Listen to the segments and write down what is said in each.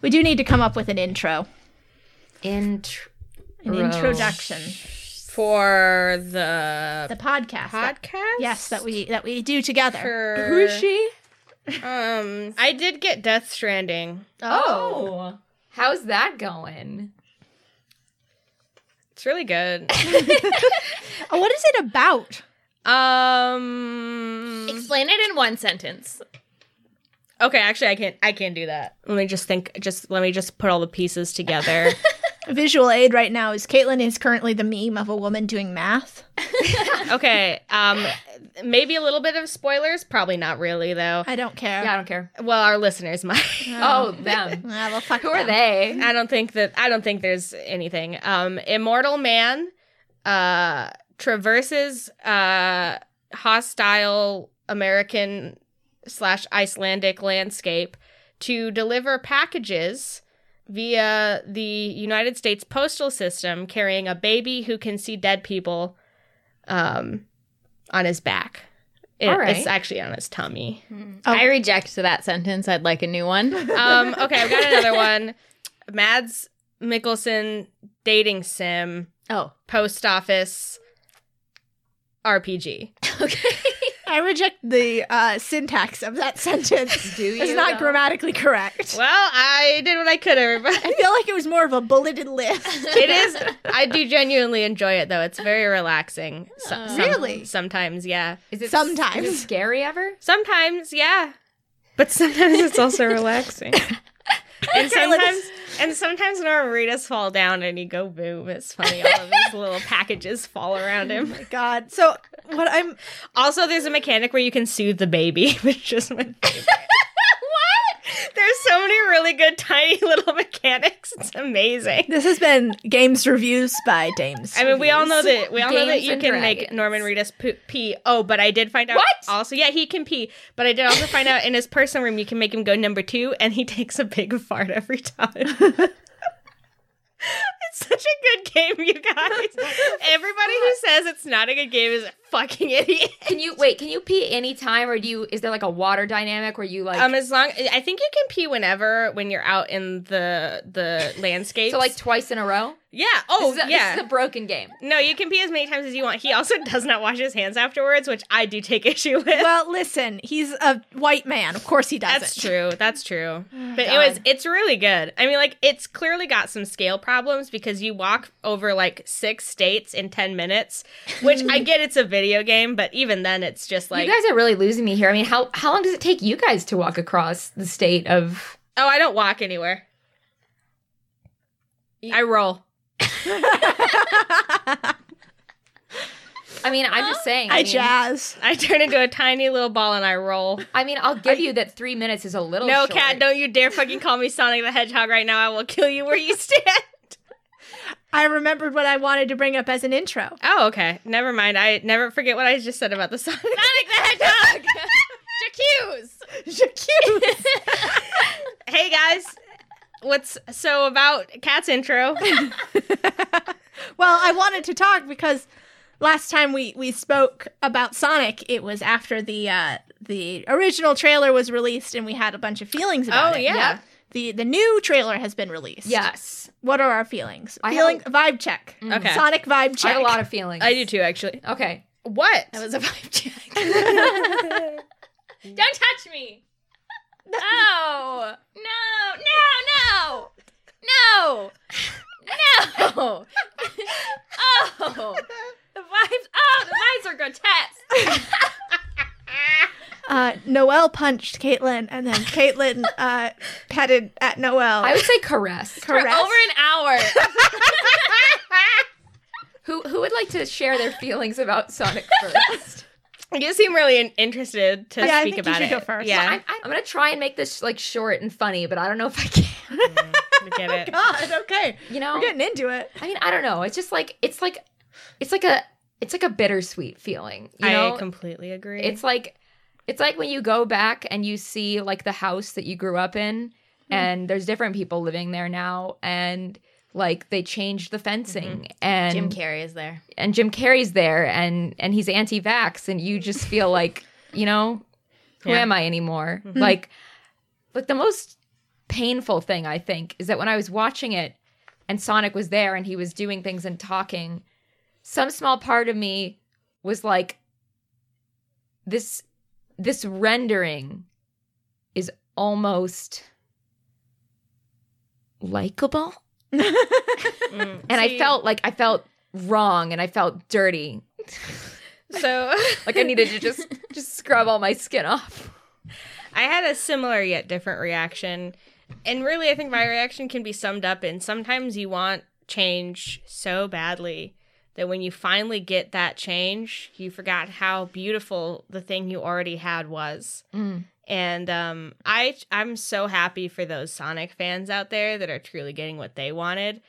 We do need to come up with an intro, Intro. an introduction, for the, the podcast. that- podcast. yes, that we that we do together. Sure. Who is she? um, I did get Death Stranding. Oh. How's that going? It's really good. Oh, what is it about? um, Explain it in one sentence. okay, actually, I can't. I can't do that. Let me just think. Just let me just put all the pieces together. Visual aid right now is Caitlin is currently the meme of a woman doing math. okay. Um, maybe a little bit of spoilers. Probably not really though. I don't care. Yeah, I don't care. Well, our listeners might. Uh, Oh, them. Ah, well, fuck Who are them. they? I don't think that I don't think there's anything. Um, immortal man uh, traverses uh, hostile American slash Icelandic landscape to deliver packages via the United States postal system, carrying a baby who can see dead people um, on his back. It- All right. It's actually on his tummy. I reject that sentence. I'd like a new one. Um, okay, I've got another one. Mads Mikkelsen dating sim Oh, post office RPG. okay. I reject the uh, syntax of that sentence. Do you? It's not though? grammatically correct. Well, I did what I could, everybody. I feel like it was more of a bulleted list. It is. I do genuinely enjoy it, though. It's very relaxing. So, Oh. some- Really? Sometimes, yeah. Is it Sometimes. is it scary ever? Sometimes, yeah. But sometimes it's also relaxing. And sometimes, and sometimes margaritas fall down and you go boom. It's funny. All of these little packages fall around him. God. So what I'm Also, there's a mechanic where you can soothe the baby, which is my favorite. what? There's so many really good tiny little mechanics. It's amazing. this has been games reviews by Dames. I mean, we all know that we all know that Games you and can make Dragons. Norman Reedus poo- pee. Oh, but I did find out What? also. Yeah, he can pee, but I did also find out in his personal room you can make him go number two, and he takes a big fart every time. it's such a good game, you guys. Everybody who says it's not a good game is a fucking idiot. Can you wait? Can you pee any time, or do you? Is there like a water dynamic where you like? Um, as long I think you can pee whenever when you're out in the the landscape. so like twice in a row. yeah. Oh, This is a- yeah. This is a broken game. no, you can pee as many times as you want. He also does not wash his hands afterwards, which I do take issue with. Well, listen, he's a white man. Of course he doesn't. that's true. That's true. But anyways, Oh, God. it's really good. I mean, like it's clearly got some scale problems because you walk over like six states in ten minutes, which I get. It's a video game, but even then, it's just like you guys are really losing me here. I mean, how how long does it take you guys to walk across the state of? oh, I don't walk anywhere. I roll. I mean, I'm just saying. I, I mean, jazz. I turn into a tiny little ball and I roll. I mean, I'll give you that three minutes is a little. No, short. cat, don't you dare fucking call me Sonic the Hedgehog right now. I will kill you where you stand. I remembered what I wanted to bring up as an intro. Oh, okay. Never mind. I never forget what I just said about the Sonic. Sonic the Hedgehog. Jacques. hey guys, what's so about Cat's intro? Well, I wanted to talk because last time we we spoke about Sonic, it was after the uh the original trailer was released and we had a bunch of feelings about Oh, it. yeah. Yeah. The the new trailer has been released. Yes, What are our feelings? I Feeling have Mm-hmm. vibe check. Okay. Sonic vibe check. I have a lot of feelings. I do too, actually. Okay. What? that was a vibe check. Don't touch me. No. No. No. No. No. No. Oh. The vibes. Oh, the vibes are grotesque. Uh, Noelle punched Caitlin, and then Caitlin uh, petted at Noelle. I would say caress. Caress. an hour. who who would like to share their feelings about Sonic first? you seem really in- interested to Yeah, I speak think you about should it. go first. Yeah, I'm, I'm gonna try and make this like short and funny, but I don't know if I can. I get it. Oh, God, okay. You know, We're getting into it. I mean, I don't know. It's just like it's like it's like a it's like a bittersweet feeling. You know, I completely agree. it's like it's like when you go back and you see like the house that you grew up in, Mm-hmm. and there's different people living there now, and like they changed the fencing and Mm-hmm. Jim Carrey is there. and Jim Carrey's there and and he's anti-vax and you just feel like, you know, who Yeah. Mm-hmm. am I anymore? Like like the most painful thing I think is that when I was watching it and Sonic was there and he was doing things and talking, some small part of me was like this this rendering is almost likable Mm. and I See, felt like I felt wrong and I felt dirty. so. Like I needed to just just scrub all my skin off. I had a similar yet different reaction. And really, I think my reaction can be summed up in sometimes you want change so badly that when you finally get that change, you forgot how beautiful the thing you already had was. And um, I I'm so happy for those Sonic fans out there that are truly getting what they wanted.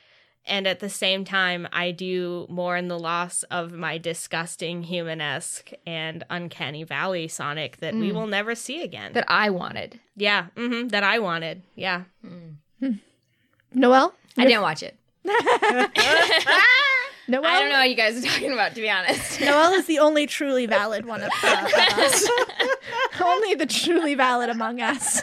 And at the same time, I do mourn the loss of my disgusting humanesque and uncanny valley Sonic that we Mm. will never see again. That I wanted. Yeah, hmm that I wanted. Yeah. Noel? I didn't watch it. Noel? Um, I don't know what you guys are talking about, to be honest. Noel is the only truly valid one of, uh, of us. only the truly valid among us.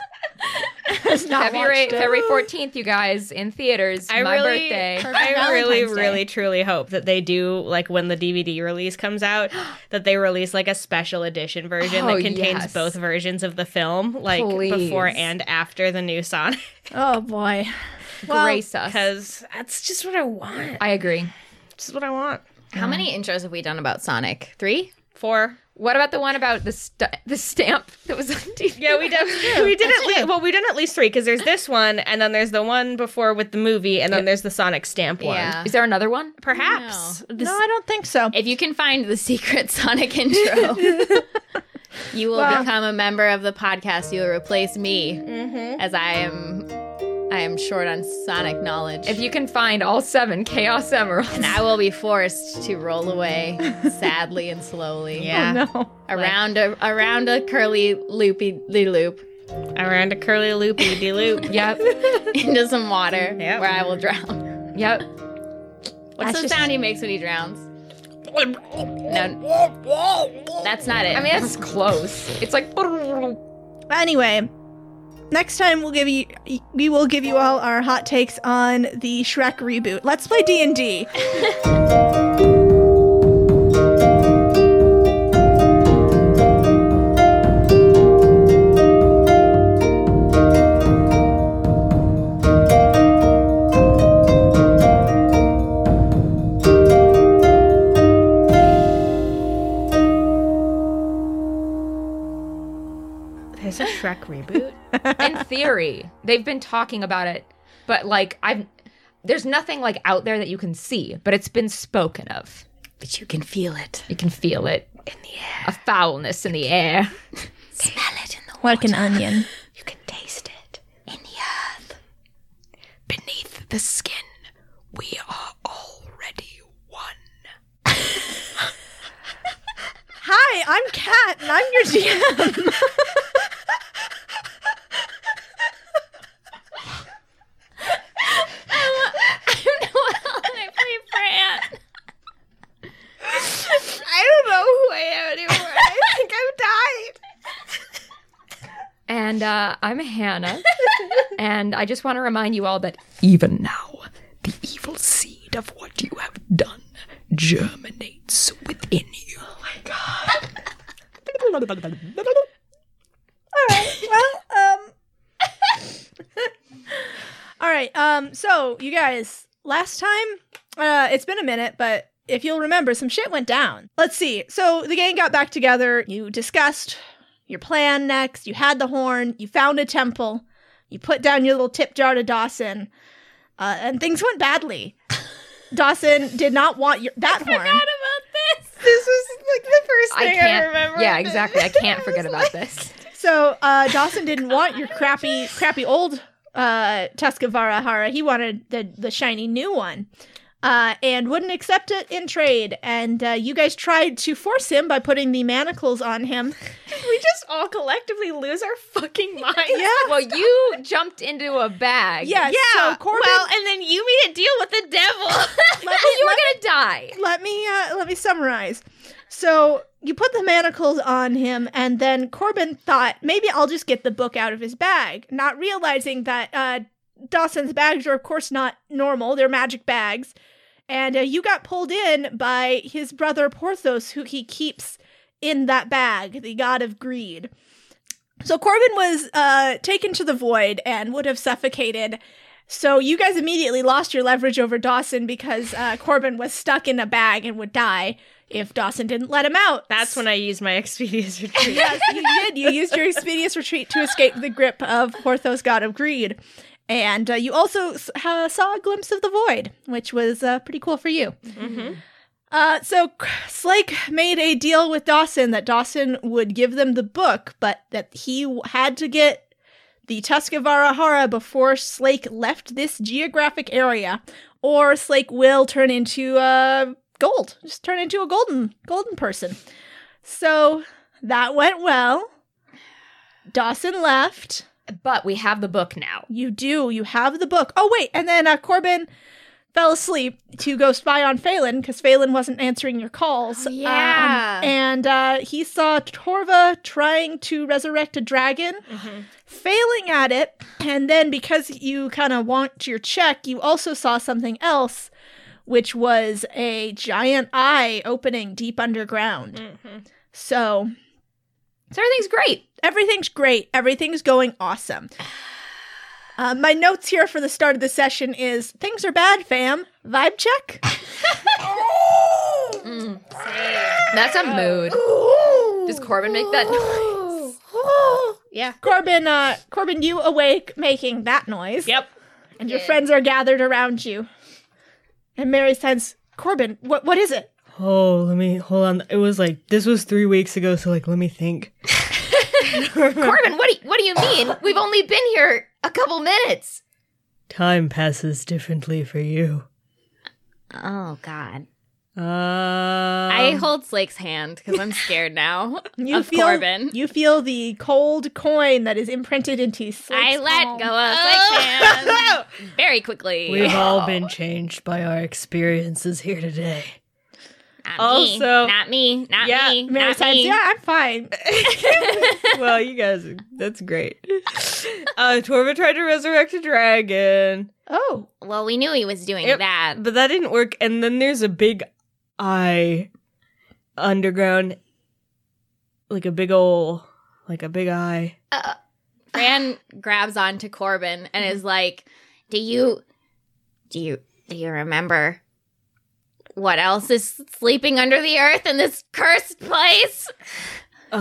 Has not February watched it. February fourteenth, you guys, in theaters. I my really, birthday. Perfect I really, Valentine's Day. really, truly hope that they do like when the DVD release comes out, that they release like a special edition version Oh, that contains yes. both versions of the film, like Please. before and after the new Sonic, Oh boy. Well, Grace us. because that's just what I want. I agree. Just what I want. How many intros have we done about Sonic? Three? For What about the one about the st- the stamp that was on TV? yeah, we did. we did at least well, we did at least three because there's this one, and then there's the one before with the movie, and then there's the Sonic stamp one. Yeah. Is there another one? Perhaps This- no, I don't think so. If you can find the secret Sonic intro, you will Well- become a member of the podcast. You will replace me as I am I am short on Sonic knowledge. If you can find all seven Chaos Emeralds. and I will be forced to roll away sadly and slowly. Oh, Yeah, no. Around a around a curly loopy loop around a curly loopy de loop. Yep. into some water Yep. where I will drown. Yep. What's That's the just- sound he makes when he drowns? No, that's not it. I mean that's close. It's like Anyway, next time we'll give you we will give you all our hot takes on the Shrek reboot. Let's play D and D. There's a Shrek reboot. in theory. They've been talking about it, but like I've there's nothing like out there that you can see, but it's been spoken of. but you can feel it. You can feel it in the air. A foulness in the air. Smell it in the Like an onion. You can taste it in the earth. Beneath the skin, we are already one. Hi, I'm Kat, and I'm your GM. I don't know what else I play Fran. I don't know who I am anymore. I think I've died. And uh, I'm Hannah. and I just want to remind you all that even now, the evil seed of what you have done germinates within you. Oh my god. all right. Well, um. all right. Um. So you guys, last time, uh, it's been a minute, but if you'll remember, some shit went down. Let's see. So the gang got back together. You discussed your plan next. You had the horn. You found a temple. You put down your little tip jar to Dawson, uh, and things went badly. Dawson did not want your, that horn. This was like the first I thing I, can't. remember. yeah, exactly. I can't forget about this. So uh, Dawson didn't want your crappy, crappy old uh, Tuscavara Hara. He wanted the the shiny new one, uh, and wouldn't accept it in trade. And uh, you guys tried to force him by putting the manacles on him. We just all collectively lose our fucking minds. Yeah, Well, you jumped into a bag. yeah, Yeah. So Corbin, well, and then you made a deal with the devil. let me You were gonna die. let me uh, let me summarize. So you put the manacles on him, and then Corbin thought, maybe I'll just get the book out of his bag, not realizing that uh, Dawson's bags are, of course, not normal. They're magic bags. And uh, you got pulled in by his brother Porthos, who he keeps in that bag, the god of greed. So Corbin was uh, taken to the void and would have suffocated. So you guys immediately lost your leverage over Dawson because uh, Corbin was stuck in a bag and would die if Dawson didn't let him out. That's when I used my Expedia's retreat. yes, you did. You used your expedience retreat to escape the grip of Porthos, god of greed, and uh, you also s- ha- saw a glimpse of the void, which was uh, pretty cool for you. Mhm. Uh, so Slake made a deal with Dawson that Dawson would give them the book, but that he w- had to get the Tusk of Arahara before Slake left this geographic area, or Slake will turn into uh, gold, just turn into a golden golden person. So that went well. Dawson left. But we have the book now. You do. You have the book. Oh wait, and then uh, Corbin fell asleep to go spy on Phelan because Phelan wasn't answering your calls. Um, yeah. and uh, he saw Torva trying to resurrect a dragon, Mhm. failing at it, and then because you kind of want your check, you also saw something else, which was a giant eye opening deep underground. Mhm. So So everything's great. everything's great. Everything's going awesome. Uh, my notes here for the start of the session is things are bad, fam. Vibe check. That's a mood. Does Corbin make that noise? Yeah. Corbin, uh, Corbin, you awake making that noise, Yep. and your friends are gathered around you. And Mary says, "Corbin, what what is it?" Oh, let me hold on. It was like this was three weeks ago, so like let me think. Corbin, what do you, what do you mean? We've only been here a couple minutes. Time passes differently for you. Oh God. Uh, I hold Slake's hand because I'm scared now. You of feel Corbin. you feel the cold coin that is imprinted into. I Slake's let palm. go Oh. of Slake's hand very quickly. We've all been changed by our experiences here today. Not Also- me. Not me. Not Yeah, me. Mary Not says, me. "Yeah, I'm fine." well, you guys, that's great. Uh, Torva tried to resurrect a dragon, Oh, Well, we knew he was doing Yep. that. but that didn't work. And then there's a big eye underground, like a big ol', like a big eye. Fran grabs onto Corbin and is like, "Do you, do you, do you remember what else is sleeping under the earth in this cursed place?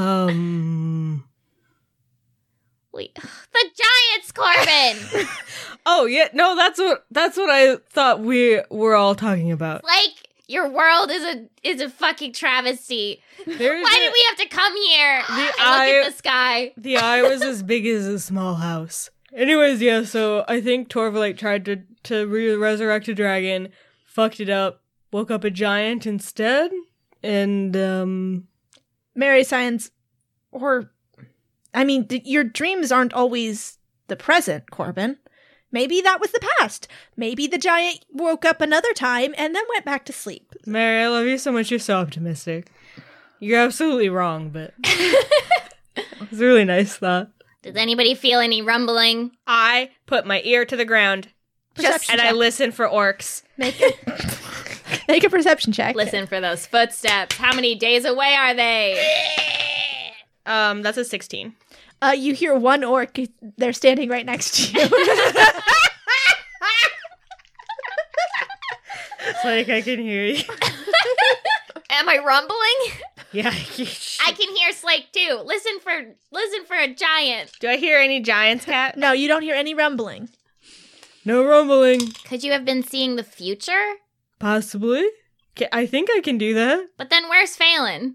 Um. We, the giants, Corbin. Oh yeah, no, that's what that's what I thought we were all talking about. like your world is a is a fucking travesty. There's a- Why did we have to come here? and eye- look at the sky. The eye was as big as a small house. Anyways, yeah, so I think Torvalate tried to to re- resurrect a dragon, fucked it up, woke up a giant instead, and um Mary signs, or, I mean, th- your dreams aren't always the present, Corbin. Maybe that was the past. Maybe the giant woke up another time and then went back to sleep. Mary, I love you so much. You're so optimistic. You're absolutely wrong, but it's a really nice thought. Does anybody feel any rumbling? I put my ear to the ground Perception and I check. listen for orcs. make a, make a perception check. Listen for those footsteps. How many days away are they? Um, that's a sixteen. Uh, you hear one orc. They're standing right next to you. It's like I can hear you. Am I rumbling? yeah. I can hear Slake too. Listen for listen for a giant. Do I hear any giants, cat? no, you don't hear any rumbling. No rumbling. Could you have been seeing the future? Possibly. Ca- I think I can do that But then where's Phelan?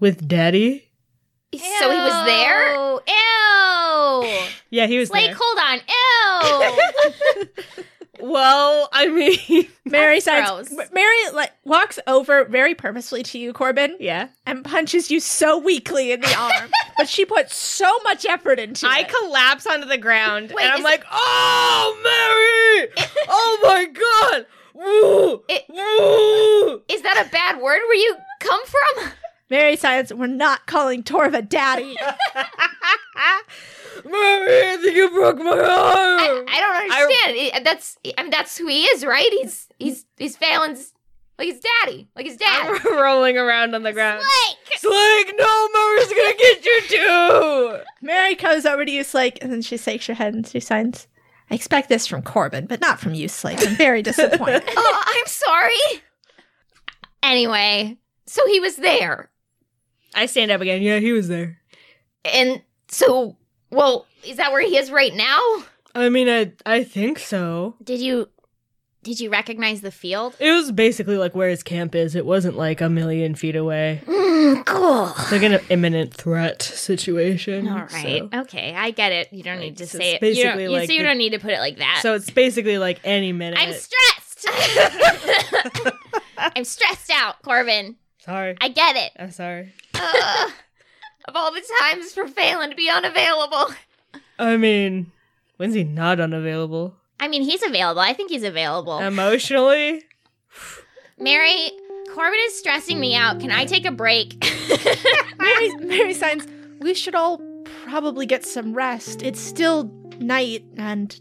with Daddy. So he was there? Ew. Yeah, he was Slake, there. hold on. Ew. Well, I mean, Mary gross. signs. M- Mary like walks over very purposefully to you, Corbin, yeah. and punches you so weakly in the arm. but she put so much effort into I it. collapse onto the ground Wait, and I'm is- like, Oh, Mary! oh my God! Woo! It- Woo! Is that a bad word? Were you Ray Science, we're not calling Torva daddy. Mommy, I think you broke my arm. I don't understand. It- that's I mean that's who he is, right? He's he's he's Phelan's like his daddy, like his dad. I'm rolling around on the ground. It's like, no, Mommy's gonna get you too. Mary comes over to you, Slake, and then she shakes her head and she signs, I expect this from Corbin, but not from you, Slake. I'm very disappointed. oh, I'm sorry. Anyway, so he was there, I stand up again. Yeah, he was there. and so well, is that where he is right now? I mean, I I think so. Did you did you recognize the field? It was basically like where his camp is. It wasn't like a million feet away. Mm, cool. It's like an imminent threat situation. All right. So. Okay, I get it. You don't need to it's say it. basically You don't, you- like so you the- don't need to put it like that. So it's basically like any minute. I'm stressed. I'm stressed out, Corbin. sorry. I get it. I'm sorry. Ugh. of all the times for Phelan to be unavailable, I mean, when's he not unavailable? I mean, he's available. I think he's available. Um, Emotionally? Mary, Corbin is stressing me out. Can I take a break? Mary, Mary signs, we should all probably get some rest. It's still night, and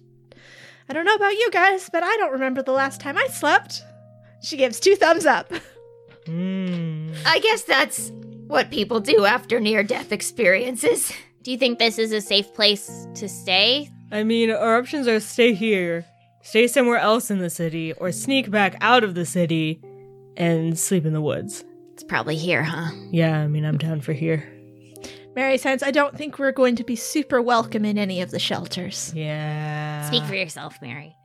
I don't know about you guys, but I don't remember the last time I slept. She gives two thumbs up. Mm. I guess that's what people do after near-death experiences. Do you think this is a safe place to stay? I mean, our options are stay here, stay somewhere else in the city, or sneak back out of the city and sleep in the woods. It's probably here, huh? Yeah, I mean, I'm down for here. Mary signs, I don't think we're going to be super welcome in any of the shelters. Yeah. Speak for yourself, Mary.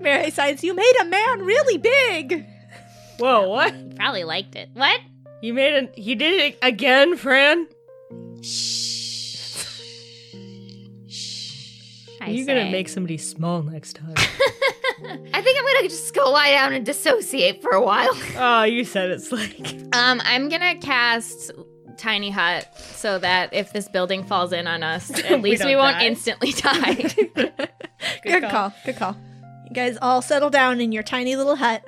Mary signs, you made a man really big. Whoa, what? You probably liked it. What? You made an. He did it again, Fran? I You're say. gonna make somebody small next time. I think I'm gonna just go lie down and dissociate for a while. oh, you said it's like. Um, I'm gonna cast Tiny Hut so that if this building falls in on us, at least we, don't won't die. instantly die. Good, call. Good call. You guys all settle down in your tiny little hut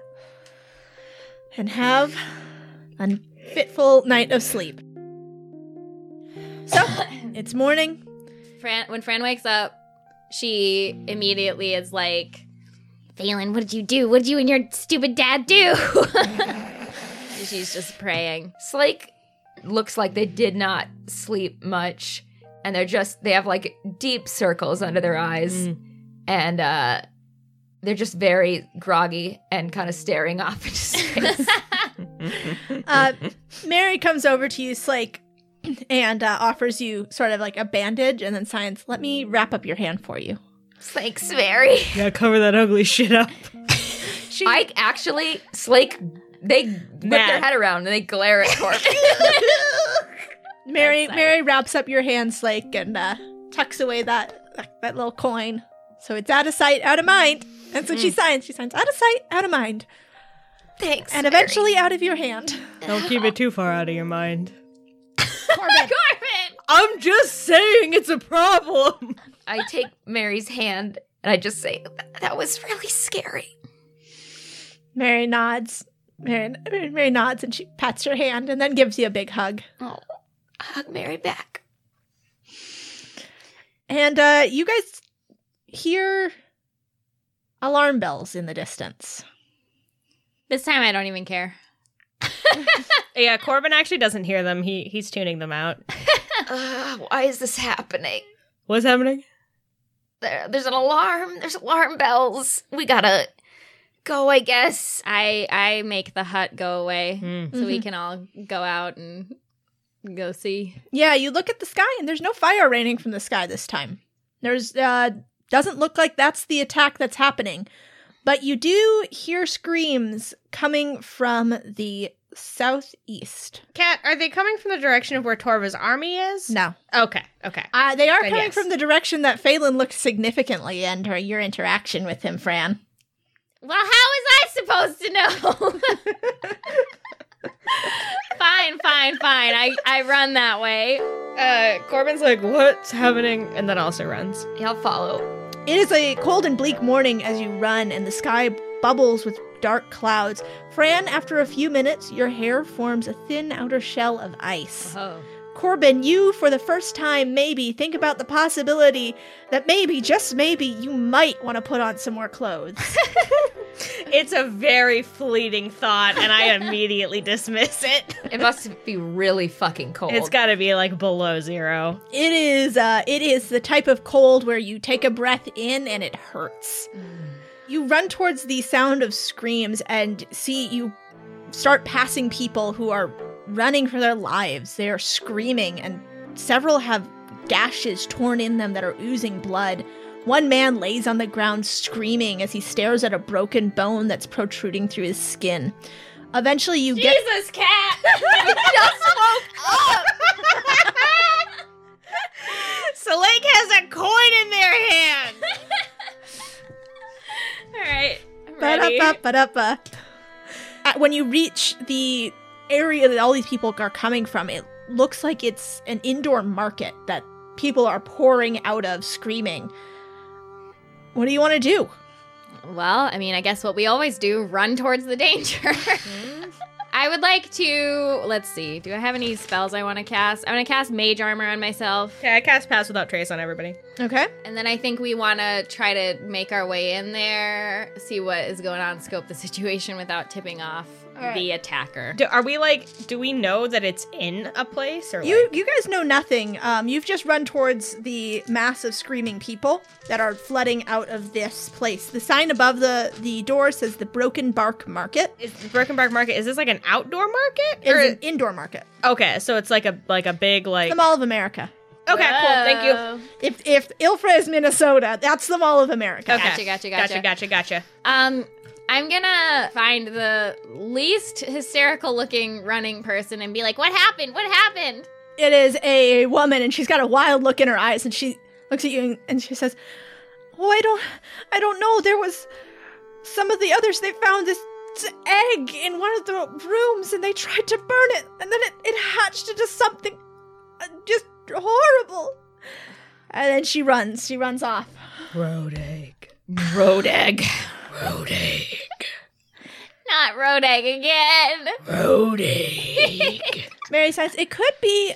and have a fitful night of sleep. So, it's morning. Fran, when Fran wakes up, she immediately is like, "Phelan, what did you do? What did you and your stupid dad do?" She's just praying. Slake looks like they did not sleep much and they're just they have like deep circles under their eyes Hmm. and uh they're just very groggy and kind of staring off into space. Uh, Mary comes over to you, Slake, and uh, offers you sort of like a bandage and then signs, let me wrap up your hand for you. Slake's very. Yeah, cover that ugly shit up. She, I actually Slake they whip their Mad. head around and they glare at Corbin. Mary, Mary wraps up your hand, Slake, and uh, tucks away that, that that little coin. So it's out of sight, out of mind. And so she Mm. signs. She signs out of sight, out of mind, Thanks. and eventually out of your hand. Don't keep it too far out of your mind. Corbin, I'm just saying it's a problem. I take Mary's hand and I just say that was really scary. Mary nods. Mary, Mary nods, and she pats your hand, and then gives you a big hug. Oh, hug Mary back. And uh, you guys hear alarm bells in the distance. This time, I don't even care. Yeah, Corbin actually doesn't hear them. He he's tuning them out. Ugh, why is this happening? What's happening? There, there's an alarm. There's alarm bells. We gotta go, I guess. I I make the hut go away Hmm. so we can all go out and go see. Yeah, you look at the sky and there's no fire raining from the sky this time. There's uh doesn't look like that's the attack that's happening. But you do hear screams coming from the southeast. Kat, are they coming from the direction of where Torva's army is? No. Okay. Okay. Uh, they are Then coming yes. from the direction that Phelan looked significantly and her your interaction with him, Fran. Well, how was I supposed to know? fine, fine, fine. I, I run that way. Uh, Corbin's like, "What's happening?" and then also runs. I'll follow. It is a cold and bleak morning as you run and the sky bubbles with dark clouds. Fran, after a few minutes, your hair forms a thin outer shell of ice. Oh. Corbin, you, for the first time, maybe think about the possibility that maybe, just maybe, you might want to put on some more clothes. It's a very fleeting thought, and I immediately dismiss it. It must be really fucking cold. It's got to be like below zero. It is uh it is the type of cold where you take a breath in and it hurts. You run towards the sound of screams and see you start passing people who are running for their lives. They are screaming and several have gashes torn in them that are oozing blood. One man lays on the ground screaming as he stares at a broken bone that's protruding through his skin. Eventually you get Jesus, cat! you just woke up! Salake has a coin in their hand. All right. I'm ready. Ba-da-ba, ba-da-ba. Uh, When you reach the area that all these people are coming from, it looks like it's an indoor market that people are pouring out of, screaming. What do you want to do? Well, I mean, I guess what we always do run towards the danger. Mm-hmm. I would like to. Let's see. Do I have any spells I want to cast? I want to cast Mage Armor on myself. Okay, I cast pass without trace on everybody. Okay. And then I think we want to try to make our way in there, see what is going on, scope the situation without tipping off right. the attacker. Do, are we like? Do we know that it's in a place or You like- you guys know nothing. Um, you've just run towards the mass of screaming people that are flooding out of this place. The sign above the the door says the Broken Bark Market. Is the Birkenbark Market? Is this like an outdoor market? It is Or, an indoor market. okay, so it's like a like a big like. The Mall of America. Okay, cool. Thank you. If if Ilfra is Minnesota, that's the Mall of America. Okay. Gotcha, gotcha, gotcha. gotcha, gotcha, gotcha. Um, I'm gonna find the least hysterical looking running person and be like, "What happened? What happened?" it is a woman and she's got a wild look in her eyes and she looks at you and, and she says oh i don't i don't know there was some of the others they found this this egg in one of the rooms and they tried to burn it and then it, it hatched into something uh, just horrible and then she runs she runs off Road egg. road egg. Road egg. Not road egg again. Road egg. mary says it could be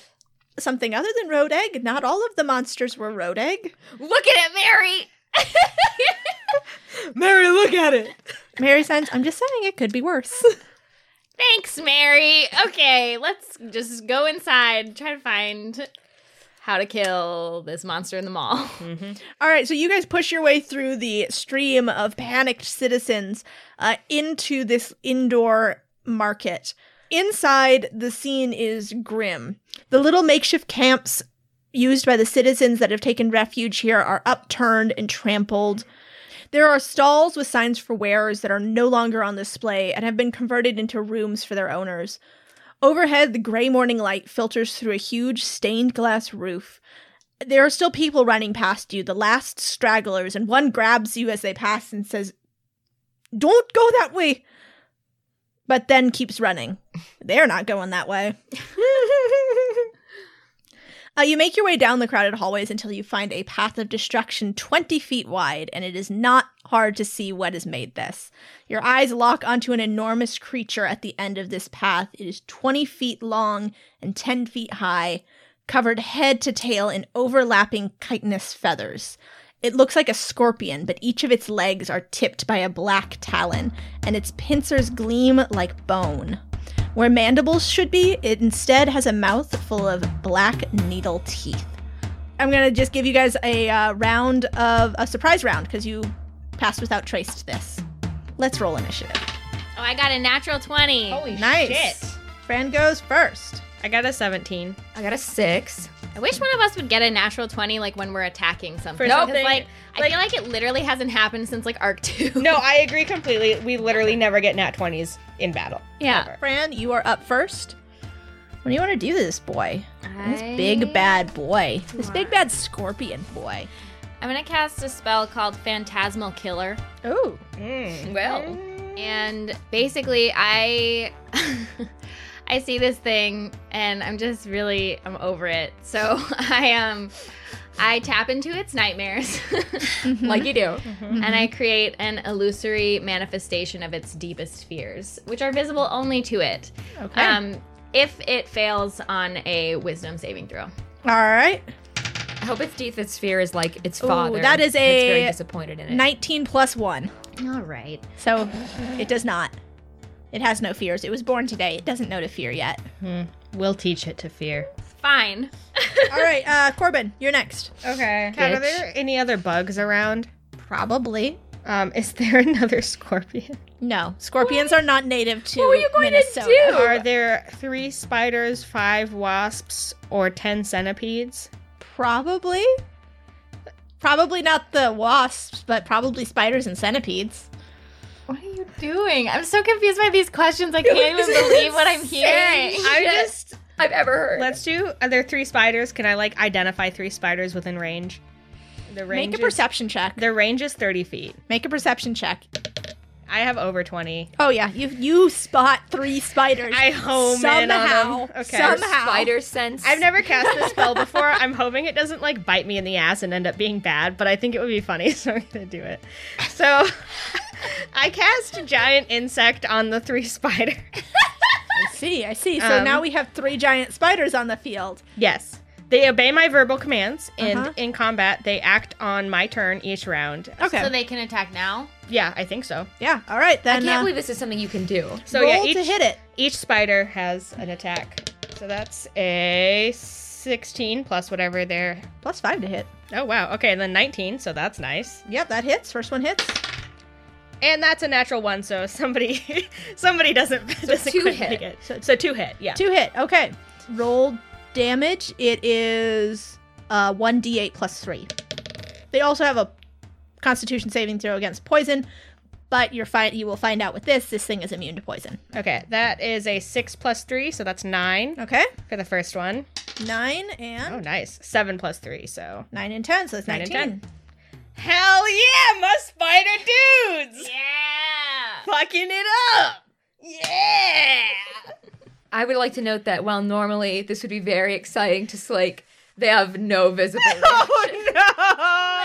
something other than road egg not all of the monsters were road egg Look at it, Mary. Mary, look at it. mary says i'm just saying it could be worse Thanks, Mary. Okay, let's just go inside, try to find how to kill this monster in the mall. Oh, All right, so you guys push your way through the stream of panicked citizens uh, into this indoor market. Inside, the scene is grim. The little makeshift camps used by the citizens that have taken refuge here are upturned and trampled. There are stalls with signs for wares that are no longer on display and have been converted into rooms for their owners. Overhead, the gray morning light filters through a huge stained glass roof there are still people running past you, the last stragglers, and one grabs you as they pass and says, Don't go that way! But then keeps running. They're not going that way. uh, you make your way down the crowded hallways until you find a path of destruction 20 feet wide, and it is not hard to see what has made this. Your eyes lock onto an enormous creature at the end of this path. It is 20 feet long and 10 feet high covered head to tail in overlapping chitinous feathers. It looks like a scorpion, but each of its legs are tipped by a black talon, and its pincers gleam like bone. Where mandibles should be, it instead has a mouth full of black needle teeth. I'm gonna just give you guys a uh, round of a surprise round because you passed without trace to this. Let's roll initiative. Oh, I got a natural 20. nice. Fran goes first. I got a seventeen. I got a six. I wish one of us would get a natural 20 like when we're attacking something. For something- Because, like, I like- feel like it literally hasn't happened since like arc 2. No, I agree completely. We literally never get nat twenties in battle. Yeah. Fran, you are up first. What do you want to do to this boy? This I- big bad boy. This big bad scorpion boy. I'm going to cast a spell called Phantasmal Killer. Oh. Mm. Well, and basically i i see this thing and i'm just really i'm over it so i um I tap into its nightmares, like you do. and I create an illusory manifestation of its deepest fears, which are visible only to it. Okay. Um, if it fails on a wisdom saving throw. All right. I hope its deepest fear is like its Ooh, father. that is that's very a disappointed in it. 19 plus 1. All right. So it does not. It has no fears. It was born today. It doesn't know to fear yet. Hmm. We'll teach it to fear. Fine. All right, uh, Corbin, you're next. Okay. Kat, are Bitch. there any other bugs around? Probably. Um, is there another scorpion? No, scorpions are not native to What were you going Minnesota. to do? Are there three spiders, five wasps, or ten centipedes? Probably. Probably not the wasps, but probably spiders and centipedes. What are you doing? I'm so confused by these questions. I can't even believe what I'm hearing. I just I've ever heard. let's do. Are there three spiders? Can I like identify three spiders within range? The range. Make a is- perception check. The range is thirty feet. Make a perception check. I have over twenty. Oh yeah, you you spot three spiders. I home in on somehow. them. Okay. Somehow. Spider sense. I've never cast this spell before. I'm hoping it doesn't like bite me in the ass and end up being bad, but I think it would be funny, so I'm gonna do it. So I cast giant insect on the three spider. I see. I see. So Um, now we have three giant spiders on the field. Yes. They obey my verbal commands and Uh-huh. in combat they act on my turn each round. Okay. So they can attack now? Yeah, I think so. yeah. All right I then. can't uh, believe this is something you can do. So roll yeah, to each hit it. each spider has an attack. So that's a 16 plus whatever they're Plus five to hit. Oh wow. Okay, and then 19, so that's nice. Yep, that hits. First one hits. And that's a natural one, so somebody somebody doesn't doesn't two quite hit. make it. So, so two hit, yeah. Two hit. Okay. Roll damage. It is uh, 1d8 plus 3. They also have a constitution saving throw against poison, but you're fi- you will find out with this this thing is immune to poison. Okay, that is a six plus three, so that's nine Okay. for the first one. 9 and Oh, nice. Seven plus three, so 9 and 10, so that's Nine and 19. hell yeah, my spider dudes, Yeah. fucking it up. Yeah. I would like to note that while normally this would be very exciting to Slake, they have no visible.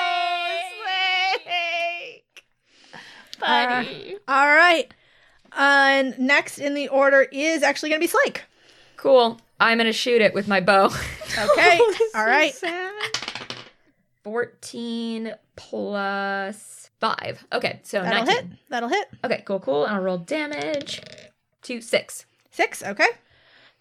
Oh no, Slay. Uh, all right. And next in the order is actually going to be Slake. cool. I'm gonna shoot it with my bow. Okay. all right. Fourteen plus five. Okay, so That'll 19. hit. That'll hit. Okay, cool, cool. And I'll roll damage. Two six. Six, okay.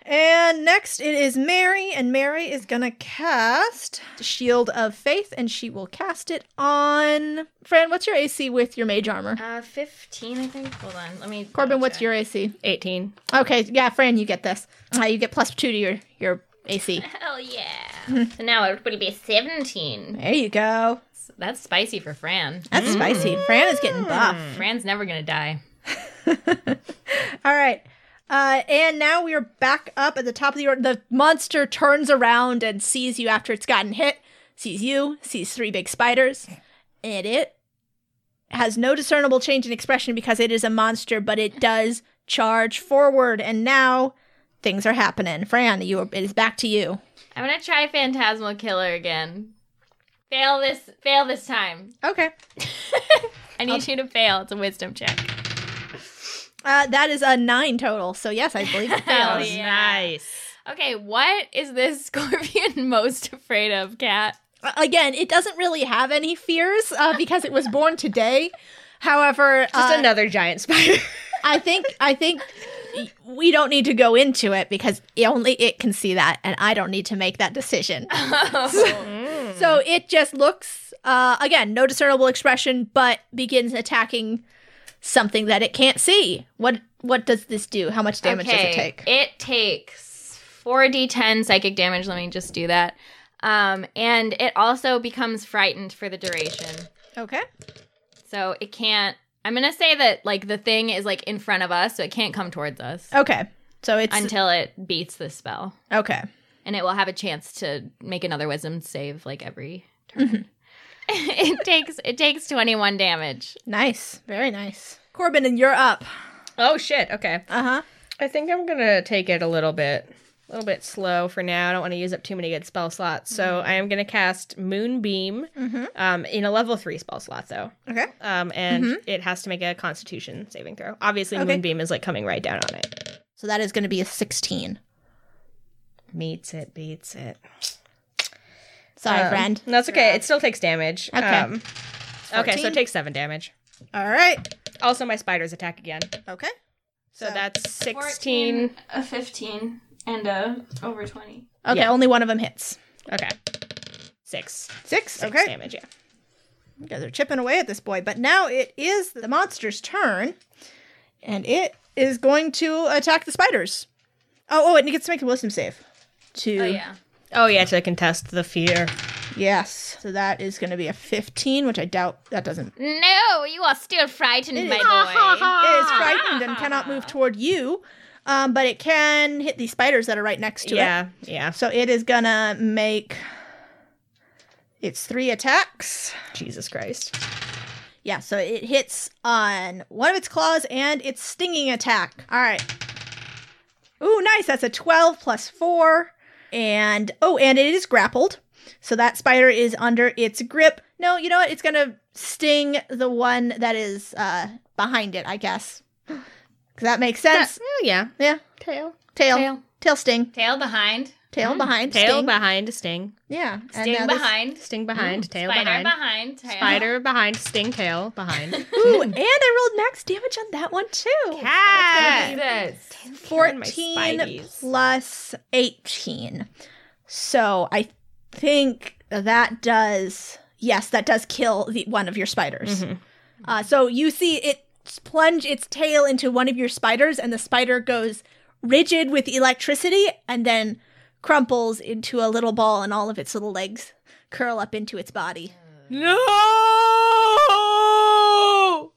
And next it is Mary, and Mary is gonna cast Shield of Faith, and she will cast it on Fran. What's your AC with your mage armor? Uh, 15, I think. Hold on. Let me. Corbin, what's your AC? 18. Okay, yeah, Fran, you get this. Uh, you get plus two to your your AC. Hell Hmm. yeah. so now it would be 17. There you go. So that's spicy for Fran. That's spicy. Fran is getting buff. Fran's never going to die. All right. Uh, and now we are back up at the top of the order. The monster turns around and sees you after it's gotten hit, sees you, sees three big spiders, and it has no discernible change in expression because it is a monster, but it does charge forward. And now things are happening. Fran, you are, it is back to you. I'm going to try Phantasmal Killer again. Fail this. Fail this time. Okay. I Um, need you to fail. It's a wisdom check. Uh, that is a nine total. So, yes, I believe it Hell fails. yeah. Nice. Okay, what is this scorpion most afraid of, Cat? Uh, Again, it doesn't really have any fears uh, because it was born today. However, Just uh, another giant spider. I think I think we don't need to go into it because it only it can see that, and I don't need to make that decision. Oh. So it just looks uh, again, no discernible expression, but begins attacking something that it can't see. What what does this do? How much damage does it take? It takes 4d10 psychic damage. Let me just do that. Um, and it also becomes frightened for the duration. okay, So it can't. I'm going to say that, like, the thing is, like, in front of us, so it can't come towards us okay. So it's until it beats this spell. okay. And it will have a chance to make another wisdom save, like, every turn. it takes it takes 21 damage. Nice, very nice. Corbin, and you're up. oh shit. Okay. Uh huh. I think I'm gonna take it a little bit a little bit slow for now. I don't want to use up too many good spell slots. So I am going to cast Moonbeam Mhm. um, in a level three spell slot, though. Okay. Um, and it has to make a Constitution saving throw. Obviously, Okay. Moonbeam is like coming right down on it. So that is going to be a 16. Meets it, beats it. Sorry, Um, friend. That's okay. It still takes damage. Okay. okay, so 14. it takes seven damage. All right. Also, my spiders attack again. Okay. So, So- that's 16. 14, a 15, and a over 20. Okay, Yeah. only one of them hits. Okay. Six. Six. Six okay. damage, yeah. You guys are chipping away at this boy, but now it is the monster's turn, and it is going to attack the spiders. Oh, oh, and it gets to make a wisdom save. Two. Oh, yeah. Oh, yeah, to contest the fear. Yes. So that is going to be a 15, which I doubt that doesn't. It No, you are still frightened, my boy. is frightened and cannot move toward you, um, but it can hit the spiders that are right next to it. Yeah, yeah. So it is going to make its three attacks. Jesus Christ. Yeah, so it hits on one of its claws and its stinging attack. All right. Ooh, nice. That's a 12 plus 4. And oh, and it is grappled. So that spider is under its grip. No, you know what? It's going to sting the one that is uh behind it, I guess. Cuz that makes sense. Oh, yeah. yeah. Tail. Mm-hmm. Tail. tail. Tail. sting. Tail behind, Tail behind Tail sting. behind, sting. yeah. and now sting this- behind, Sting behind, tail spider behind, behind. tail. Spider behind, sting tail behind. Ooh, and I rolled max damage on that one too. Cat! Jesus. 14 spideys. plus 18. So I think that does, yes, that does kill the, one of your spiders. Uh, so you see it plunge its tail into one of your spiders, and the spider goes rigid with electricity and then crumples into a little ball, and all of its little legs curl up into its body. No!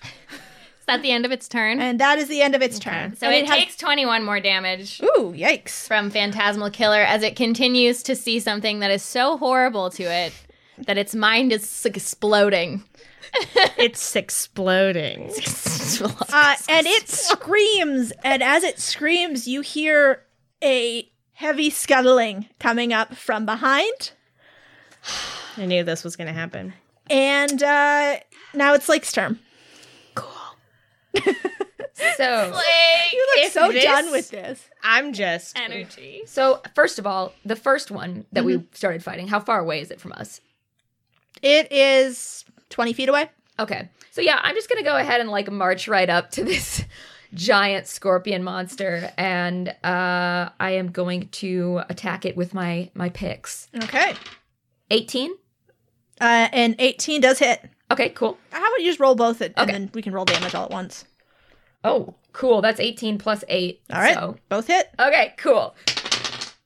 Is that the end of its turn? And that is the end of its turn. so And it, has- takes 21 more damage Ooh, yikes. from Phantasmal Killer as it continues to see something that is so horrible to it that its mind is exploding. it's exploding. uh, and it screams and as it screams you hear a heavy scuttling coming up from behind I knew this was going to happen. and uh, now it's lake's turn So, you look If so this- done with this I'm just. energy. so first of all, the first one that Mm-hmm. we started fighting, how far away is it from us? it is 20 feet away Okay. So yeah, I'm just gonna go ahead and like march right up to this giant scorpion monster, and uh, I am going to attack it with my my picks. okay 18. uh, and 18 does hit Okay, cool. how about you just roll both it, and Okay. then we can roll damage all at once Oh, cool. That's 18 plus eight. all right So, both hit okay, cool.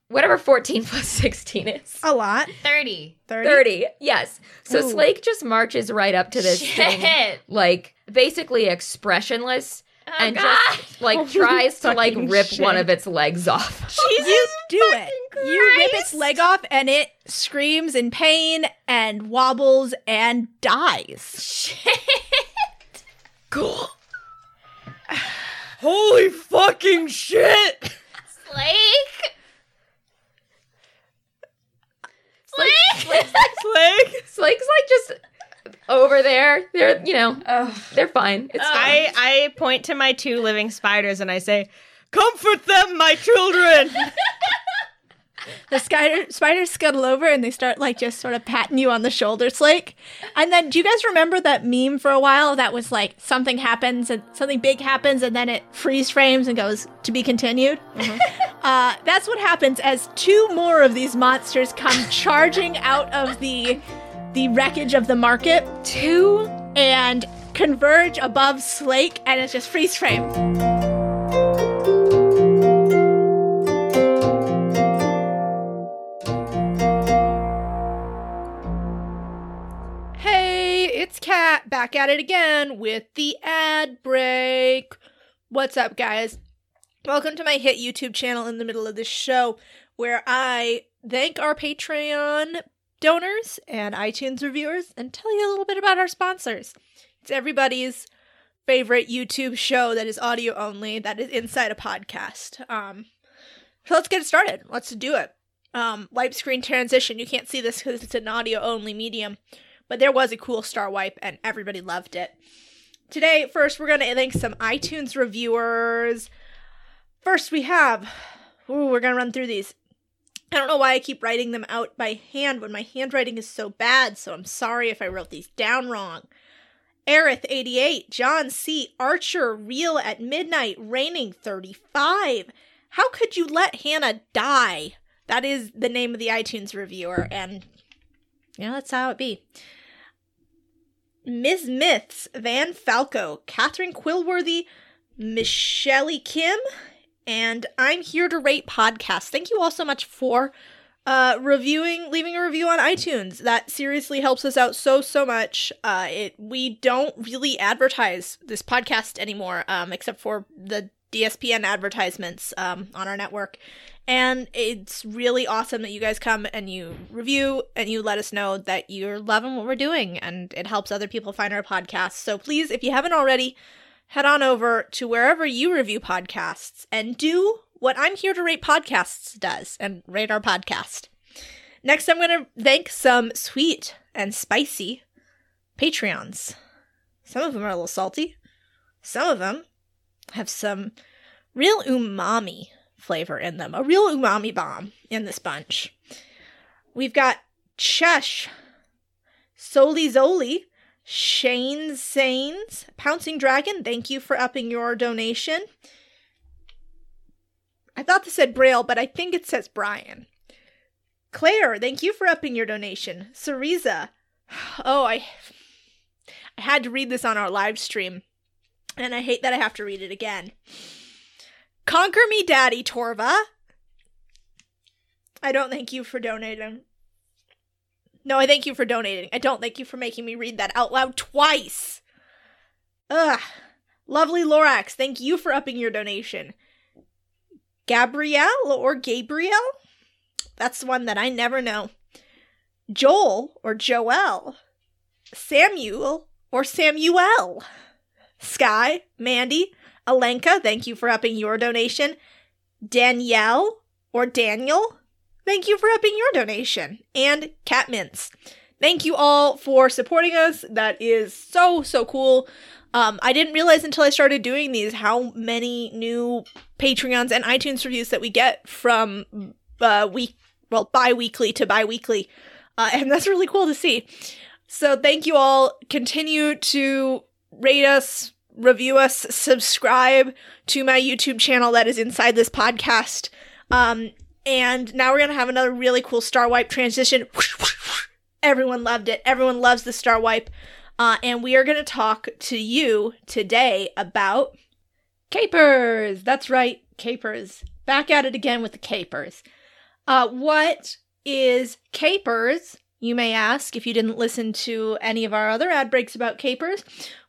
Whatever 14 plus 16 is. a lot 30. 30, 30. Yes. So Ooh. Slake just marches right up to this thing, Shit. like basically expressionless, Oh, and God. just like tries to like Fucking rip shit. one of its legs off. you do it. You rip its leg off and it screams in pain and wobbles and dies. Holy fucking shit! Slake. Like, Slake's like just over there. They're you know they're fine. It's fine. I, I point to my two living spiders and I say, Comfort them, my children! The spider, spiders scuttle over and they start like just sort of patting you on the shoulder, Slake. And then do you guys remember that meme for a while that was like something happens and something big happens and then it freeze frames and goes to be continued? uh, that's what happens as two more of these monsters come charging out of the the wreckage of the market. Two and converge above Slake and it's just freeze frame. Hey, it's Kat back at it again with the ad break. What's up, guys? Welcome to my hit YouTube channel in the middle of this show where I thank our Patreon donors and iTunes reviewers and tell you a little bit about our sponsors. It's everybody's favorite YouTube show that is audio only, that is inside a podcast. Um, So let's get started. Let's do it. Um, wipe screen transition. You can't see this because it's an audio only medium, but there was a cool star wipe and everybody loved it. Today, first, we're going to thank some iTunes reviewers. First, we have, ooh, we're going to run through these. I don't know why I keep writing them out by hand when my handwriting is so bad, so I'm sorry if I wrote these down wrong. Aerith88, John C. Archer, Real at Midnight, Raining 35. How could you let Hannah die? That is the name of the iTunes reviewer, and yeah, that's how it be. Ms. Myths, Van Falco, Catherine Quillworthy, Michelle Kim, and I'm here to rate podcasts. Thank you all so much for uh, reviewing, leaving a review on iTunes. That seriously helps us out so so much. Uh, it we don't really advertise this podcast anymore, um, except for the DSPN advertisements um, on our network. And it's really awesome that you guys come and you review and you let us know that you're loving what we're doing, and it helps other people find our podcast. So please, if you haven't already, head on over to wherever you review podcasts and do what I'm here to rate podcasts does and rate our podcast. Next, I'm going to thank some sweet and spicy Patreons. Some of them are a little salty, some of them have some real umami flavor in them, a real umami bomb in this bunch. We've got Chesh, Soli Zoli, Shane Sanes, Pouncing Dragon, thank you for upping your donation. I thought this said Braille, but I think it says Brian. Claire, thank you for upping your donation. Cereza, oh, I, I had to read this on our live stream, and I hate that I have to read it again. Conquer me, Daddy Torva. I don't thank you for donating. No, I thank you for donating. I don't thank you for making me read that out loud twice. Ugh. Lovely Lorax, thank you for upping your donation. Gabrielle or Gabriel? That's the one that I never know. Joel or Joel. Samuel or Samuel. Sky, Mandy, Alenka, thank you for upping your donation. Danielle or Daniel, thank you for upping your donation. And Cat Mints, thank you all for supporting us. That is so, so cool. Um, I didn't realize until I started doing these how many new Patreons and iTunes reviews that we get from uh, week, well, bi weekly to bi weekly. Uh, and that's really cool to see. So thank you all. Continue to rate us, review us, subscribe to my YouTube channel that is inside this podcast. Um, and now we're going to have another really cool Star Wipe transition. Everyone loved it. Everyone loves the Star Wipe. Uh, and we are going to talk to you today about capers. That's right, capers. Back at it again with the capers. Uh, what is capers? You may ask if you didn't listen to any of our other ad breaks about capers.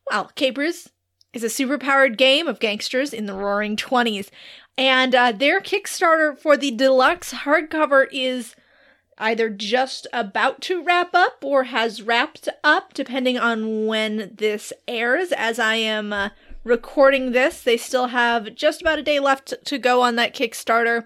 Well, capers is a superpowered game of gangsters in the roaring 20s. And uh, their Kickstarter for the deluxe hardcover is either just about to wrap up or has wrapped up, depending on when this airs. As I am uh, recording this, they still have just about a day left to go on that Kickstarter.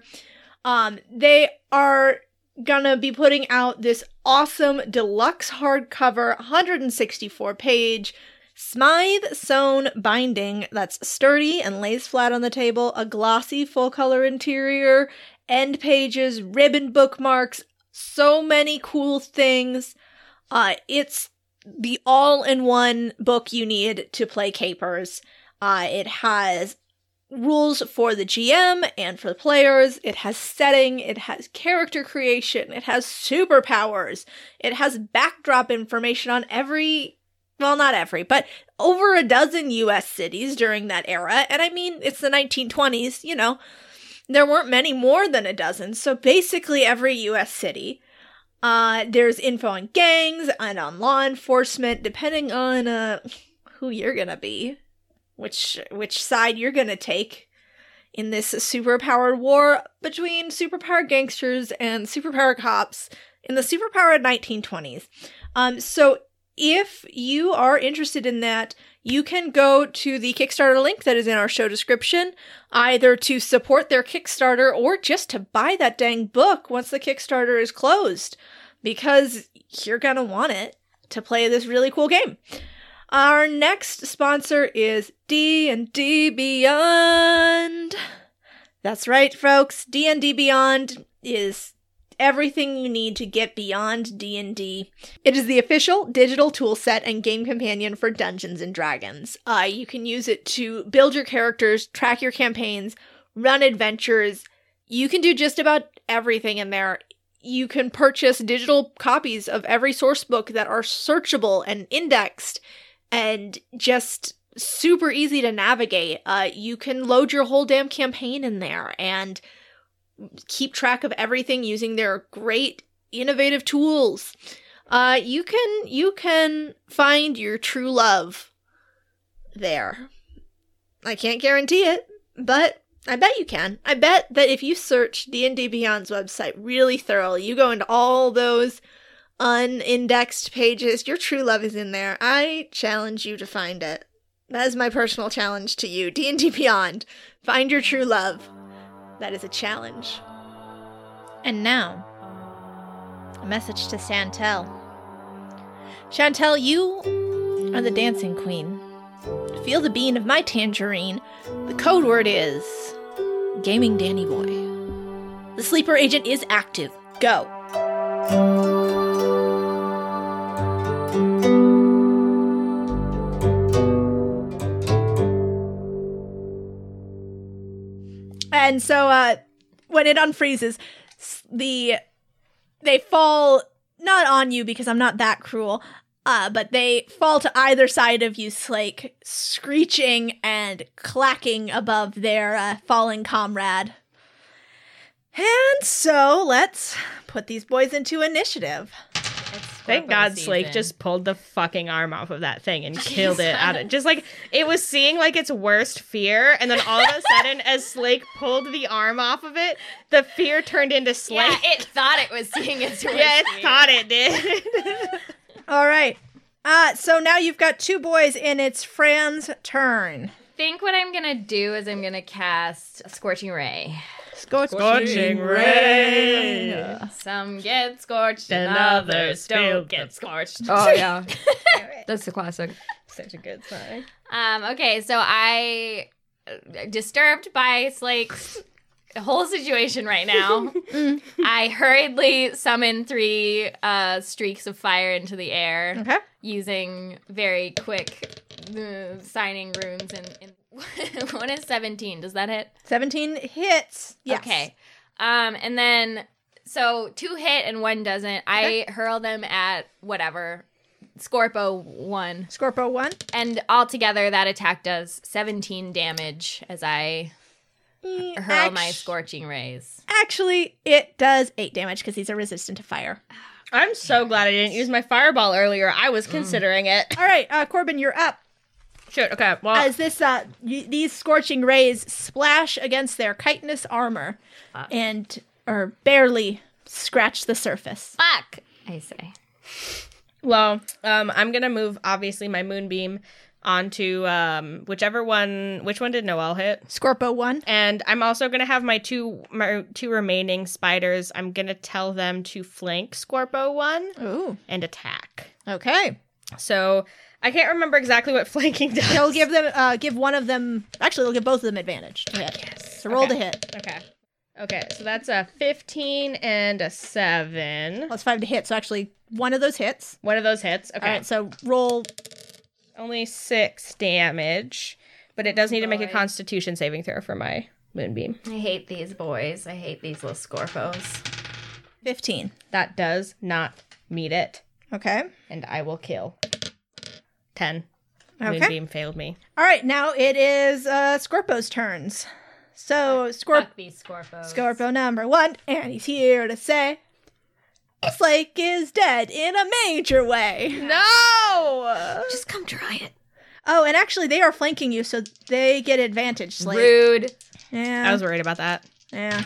Um, they are gonna be putting out this awesome deluxe hardcover, 164 page. Smythe sewn binding that's sturdy and lays flat on the table, a glossy full color interior, end pages, ribbon bookmarks, so many cool things. Uh, it's the all in one book you need to play Capers. Uh, it has rules for the GM and for the players, it has setting, it has character creation, it has superpowers, it has backdrop information on every. Well, not every, but over a dozen US cities during that era. And I mean, it's the 1920s, you know, there weren't many more than a dozen, so basically every US city. Uh, there's info on gangs and on law enforcement, depending on uh, who you're gonna be, which which side you're gonna take in this superpowered war between superpowered gangsters and superpowered cops in the superpowered 1920s. Um, so if you are interested in that, you can go to the Kickstarter link that is in our show description, either to support their Kickstarter or just to buy that dang book once the Kickstarter is closed, because you're going to want it to play this really cool game. Our next sponsor is D&D Beyond. That's right, folks. D&D Beyond is everything you need to get beyond D&D. It is the official digital toolset and game companion for Dungeons and Dragons. Uh, you can use it to build your characters, track your campaigns, run adventures. You can do just about everything in there. You can purchase digital copies of every source book that are searchable and indexed and just super easy to navigate. Uh, you can load your whole damn campaign in there and keep track of everything using their great innovative tools. Uh, you can you can find your true love there. I can't guarantee it, but I bet you can. I bet that if you search D&D Beyond's website really thoroughly, you go into all those unindexed pages, your true love is in there. I challenge you to find it. That is my personal challenge to you, D&D Beyond. Find your true love. That is a challenge. And now, a message to Chantel. Chantel, you are the dancing queen. Feel the bean of my tangerine. The code word is Gaming Danny Boy. The sleeper agent is active. Go. And so uh, when it unfreezes, s- the they fall not on you because I'm not that cruel, uh, but they fall to either side of you, Slake, screeching and clacking above their uh, fallen comrade. And so let's put these boys into initiative. Thank God Slake just pulled the fucking arm off of that thing and killed it out of just like it was seeing like its worst fear, and then all of a sudden, as Slake pulled the arm off of it, the fear turned into Slake. Yeah, it thought it was seeing its worst Yeah, it fear. thought it did. All right. Uh, so now you've got two boys, and it's Fran's turn. think what I'm gonna do is I'm gonna cast a scorching ray. Scorch- Scorching ray. Some get scorched and others don't get scorched. Oh yeah, that's the classic. Such a good sign. Um, okay, so I uh, disturbed by Slake's whole situation right now. Mm. I hurriedly summon three uh, streaks of fire into the air Okay. using very quick uh, signing runes. And, and one is seventeen. Does that hit? 17 hits. Yes. Okay. Um, and then so two hit and one doesn't. I hurl them at whatever. Scorpo one. Scorpio 1. And altogether, that attack does 17 damage as I Mm, hurl oh my act- scorching rays. Actually, it does 8 damage because these are resistant to fire. I'm so glad I didn't use my fireball earlier. I Mm. was considering it. All right, uh, Corbin, you're up. Shoot. Okay. Well, As this, uh, y- these scorching rays splash against their chitinous armor Uh. and or barely scratch the surface. Fuck, I say. Well, um, I'm gonna move obviously my moonbeam onto um, whichever one. Which one did Noel hit? Scorpio 1. And I'm also gonna have my two my two remaining spiders. I'm gonna tell them to flank Scorpo one Ooh, and attack. okay. So I can't remember exactly what flanking does. They'll give them, uh, give one of them. Actually, they'll give both of them advantage. To hit. Yes. So roll okay. to hit. Okay. Okay. So that's a 15 and a seven. Plus five to hit. So actually, one of those hits. One of those hits. Okay. All right. So roll. Only six damage, but it does need to make a Constitution saving throw for my moonbeam. I hate these boys. I hate these little Scorpos. Fifteen. That does not meet it, Okay. and I will kill. Ten. Okay. Moonbeam failed me. All right, now it is uh, Scorpo's turns. So Scorp- Fuck these Scorpos. Scorpo number one, and he's here to say, Slake is dead in a major way. No. Just come try it. Oh, and actually, they are flanking you, so they get advantage. Slake. Rude. Yeah. I was worried about that. yeah.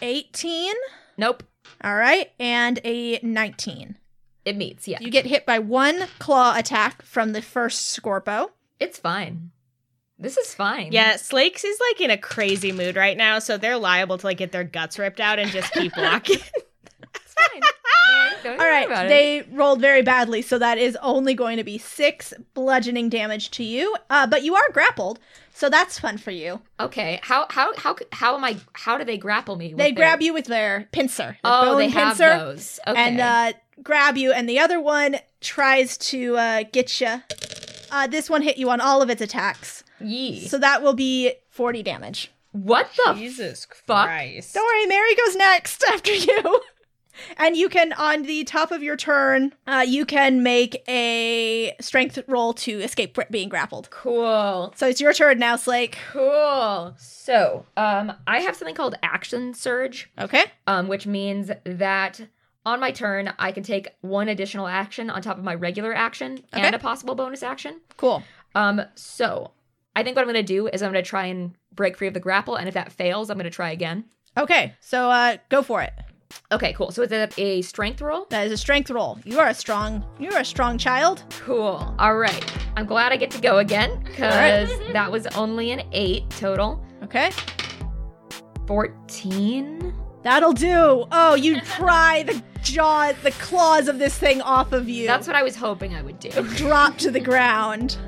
Eighteen. Nope. All right, and a nineteen. It meets, yeah. You get hit by one claw attack from the first Scorpo. It's fine. This is fine. Yeah, Slakes is like in a crazy mood right now, so they're liable to like get their guts ripped out and just keep walking. It's fine. Don't- don't All worry right, about it. they rolled very badly, so that is only going to be six bludgeoning damage to you. Uh, but you are grappled, so that's fun for you. Okay. How how how c- how am I how do they grapple me? with They their- grab you with their pincer, their Oh, bone they have pincer, those. Okay. and uh, grab you. And the other one tries to uh, get you. Uh, this one hit you on all of its attacks, Yee. so that will be forty damage. what the Jesus Fuck. Christ. Don't worry, Mary goes next after you. And you can, on the top of your turn, uh, you can make a strength roll to escape br- being grappled. Cool. So it's your turn now, Slake. Cool. So, um, I have something called action surge, Okay. um, which means that on my turn I can take one additional action on top of my regular action and Okay. a possible bonus action. Cool. Um, so I think what I'm gonna do is I'm gonna try and break free of the grapple, and if that fails, I'm gonna try again. Okay. So uh, go for it. Okay, cool. So is that a strength roll? That is a strength roll. You are a strong. You are a strong child. Cool. All right. I'm glad I get to go again because that was only an eight total. Okay. 14? That'll do. Oh, you pry the jaw, the claws of this thing off of you. That's what I was hoping I would do. Drop to the ground.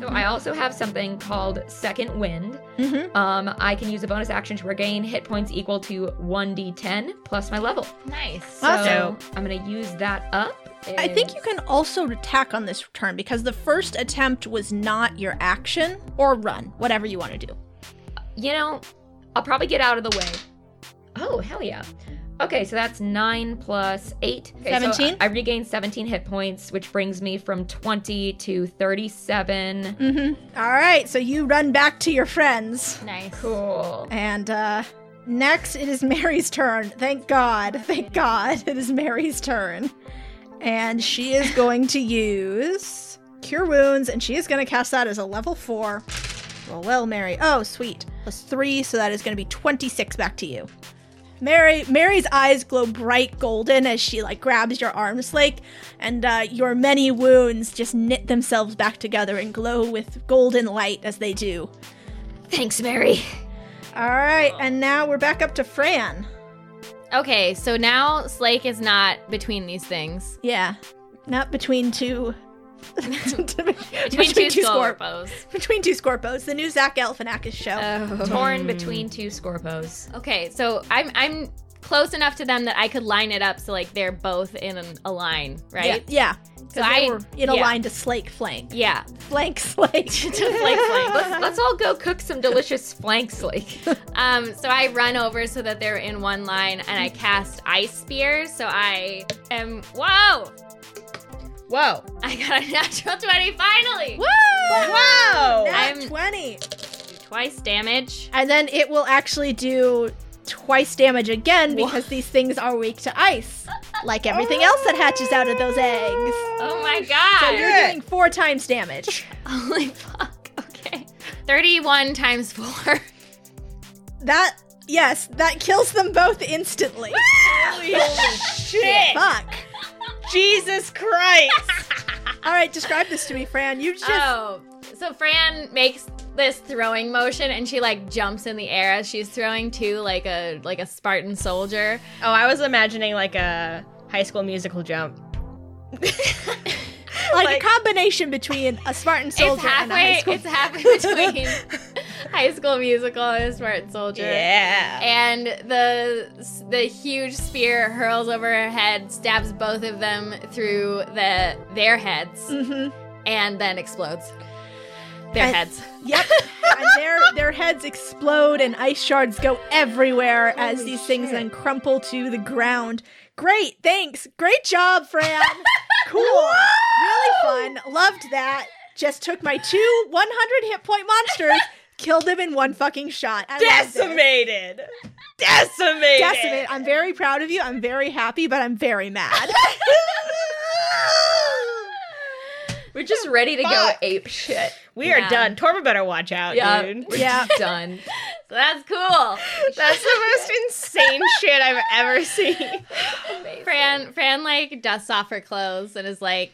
So I also have something called Second Wind. Mm-hmm. Um, I can use a bonus action to regain hit points equal to 1d10 plus my level. Nice. So Awesome. I'm going to use that up. I think you It's- can also attack on this turn because the first attempt was not your action or run, whatever you want to do. You know, I'll probably get out of the way. Oh, hell yeah. Okay, so that's 9 plus 8. Okay, so 17? I I regain 17 hit points, which brings me from 20 to 37. Mm. Mm-hmm. All right, so you run back to your friends. Nice. Cool. And uh next it is Mary's turn. Thank God. Thank God. It is Mary's turn. And she is going to use Cure Wounds and she is going to cast that as a level 4. Well, well, Mary. Oh, sweet. Plus 3, so that is going to be 26 back to you. Mary Mary's eyes glow bright golden as she like grabs your arms like and uh, your many wounds just knit themselves back together and glow with golden light as they do. Thanks, Mary. All right, and now we're back up to Fran. Okay, so now Slake is not between these things. Yeah, not between two. between, Between, two, skull Scorp- repos. Between two Scorpos, the new Zach Galifianakis show. Oh. Oh. Torn between two Scorpos. Okay, so I'm I'm close enough to them that I could line it up so like they're both in an, a line, yeah, right? yeah. 'cause So they I- were in a yeah. line to slake flank, Yeah. flank slake. Like, like, Let's, let's all go cook some delicious flanks, like. um, so I run over so that they're in one line, and I cast ice spear. So I am whoa! Whoa. I got a natural twenty finally. Woo! Whoa. Nat I'm- twenty, Twice damage. and then it will actually do twice damage again because these things are weak to ice, like everything else that hatches out of those eggs. Oh my So god! you're doing four times damage. Holy fuck! Okay, thirty-one times four. That yes, that kills them both instantly. Holy shit. Fuck. Jesus Christ. All right, describe this to me, Fran. You just Oh, so Fran makes this throwing motion and she like jumps in the air as she's throwing too, like a like a Spartan soldier. oh, I was imagining like a high school musical jump. like, like- a combination between a Spartan soldier it's and a high halfway. school. It's halfway between High School Musical and a Spartan soldier. Yeah. And the the huge spear hurls over her head, stabs both of them through the their heads, Mm-hmm. and then explodes. Their And- heads. Yep. and their their heads explode and ice shards go everywhere as these things then crumple to the ground. Great, thanks. Great job, Fran. cool. really fun. Loved that. Just took my two 100 hit point monsters, killed them in one fucking shot. I loved it. Decimated. Decimated. Decimate. I'm very proud of you. I'm very happy, but I'm very mad. We're just ready to go ape shit. We are Yeah. done. Torba better watch out, Yeah. dude. yeah. Done. So that's cool. That's the most insane shit I've ever seen. Fran Fran like dusts off her clothes and is like,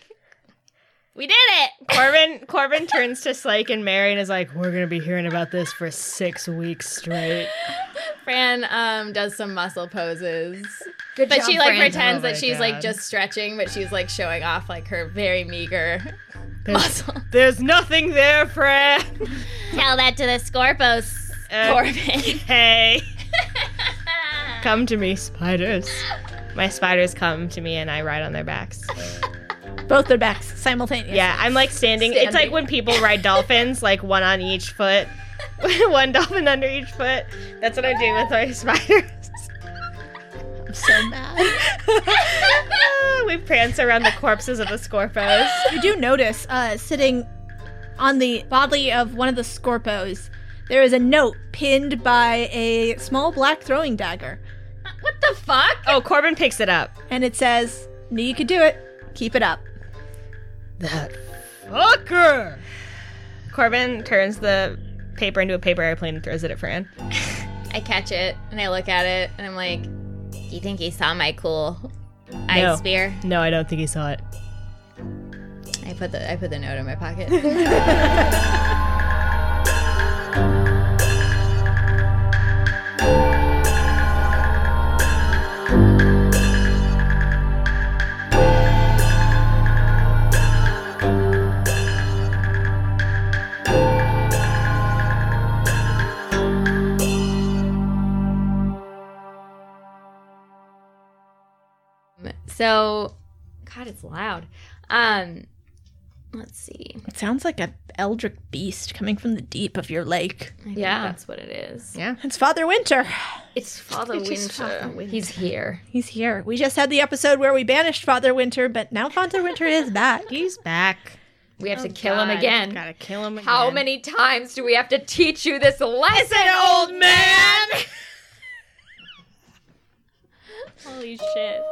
"We did it." Corbin Corbin turns to Slake and Mary and is like, We're gonna be hearing about this for six weeks straight. Fran um does some muscle poses. but she like pretends Oh my that she's like God. just stretching, but she's like showing off like her very meager muscle. There's nothing there, Fran. Tell that to the Scorpos, Uh, Corbin. "Hey, come to me, spiders." My spiders come to me and I ride on their backs. Both their backs simultaneously. Yeah, I'm like standing. It's like Standing. when people ride dolphins, like one on each foot, one dolphin under each foot. That's what I'm doing with my spiders. I'm so mad. Ah, we prance around the corpses of the Scorpos. you do notice, uh, sitting on the body of one of the Scorpos, there is a note pinned by a small black throwing dagger. what the fuck? Oh, Corbin picks it up. And it says, Knew you could do it. Keep it up. That fucker. Corbin turns the paper into a paper airplane and throws it at Fran. I catch it and I look at it and I'm like, "Do you think he saw my cool ice No. spear?" No, I don't think he saw it. I put the I put the note in my pocket. So, God, it's loud. Um, let's see. It sounds like an eldritch beast coming from the deep of your lake. I think Yeah. that's what it is. It's Father Winter. It's Father Winter. He's here. He's here. We just had the episode where we banished Father Winter, but now Father Winter is back. He's back. We have to Oh, kill him again. Gotta kill him. How again. many times do we have to teach you this lesson, old man? Holy shit!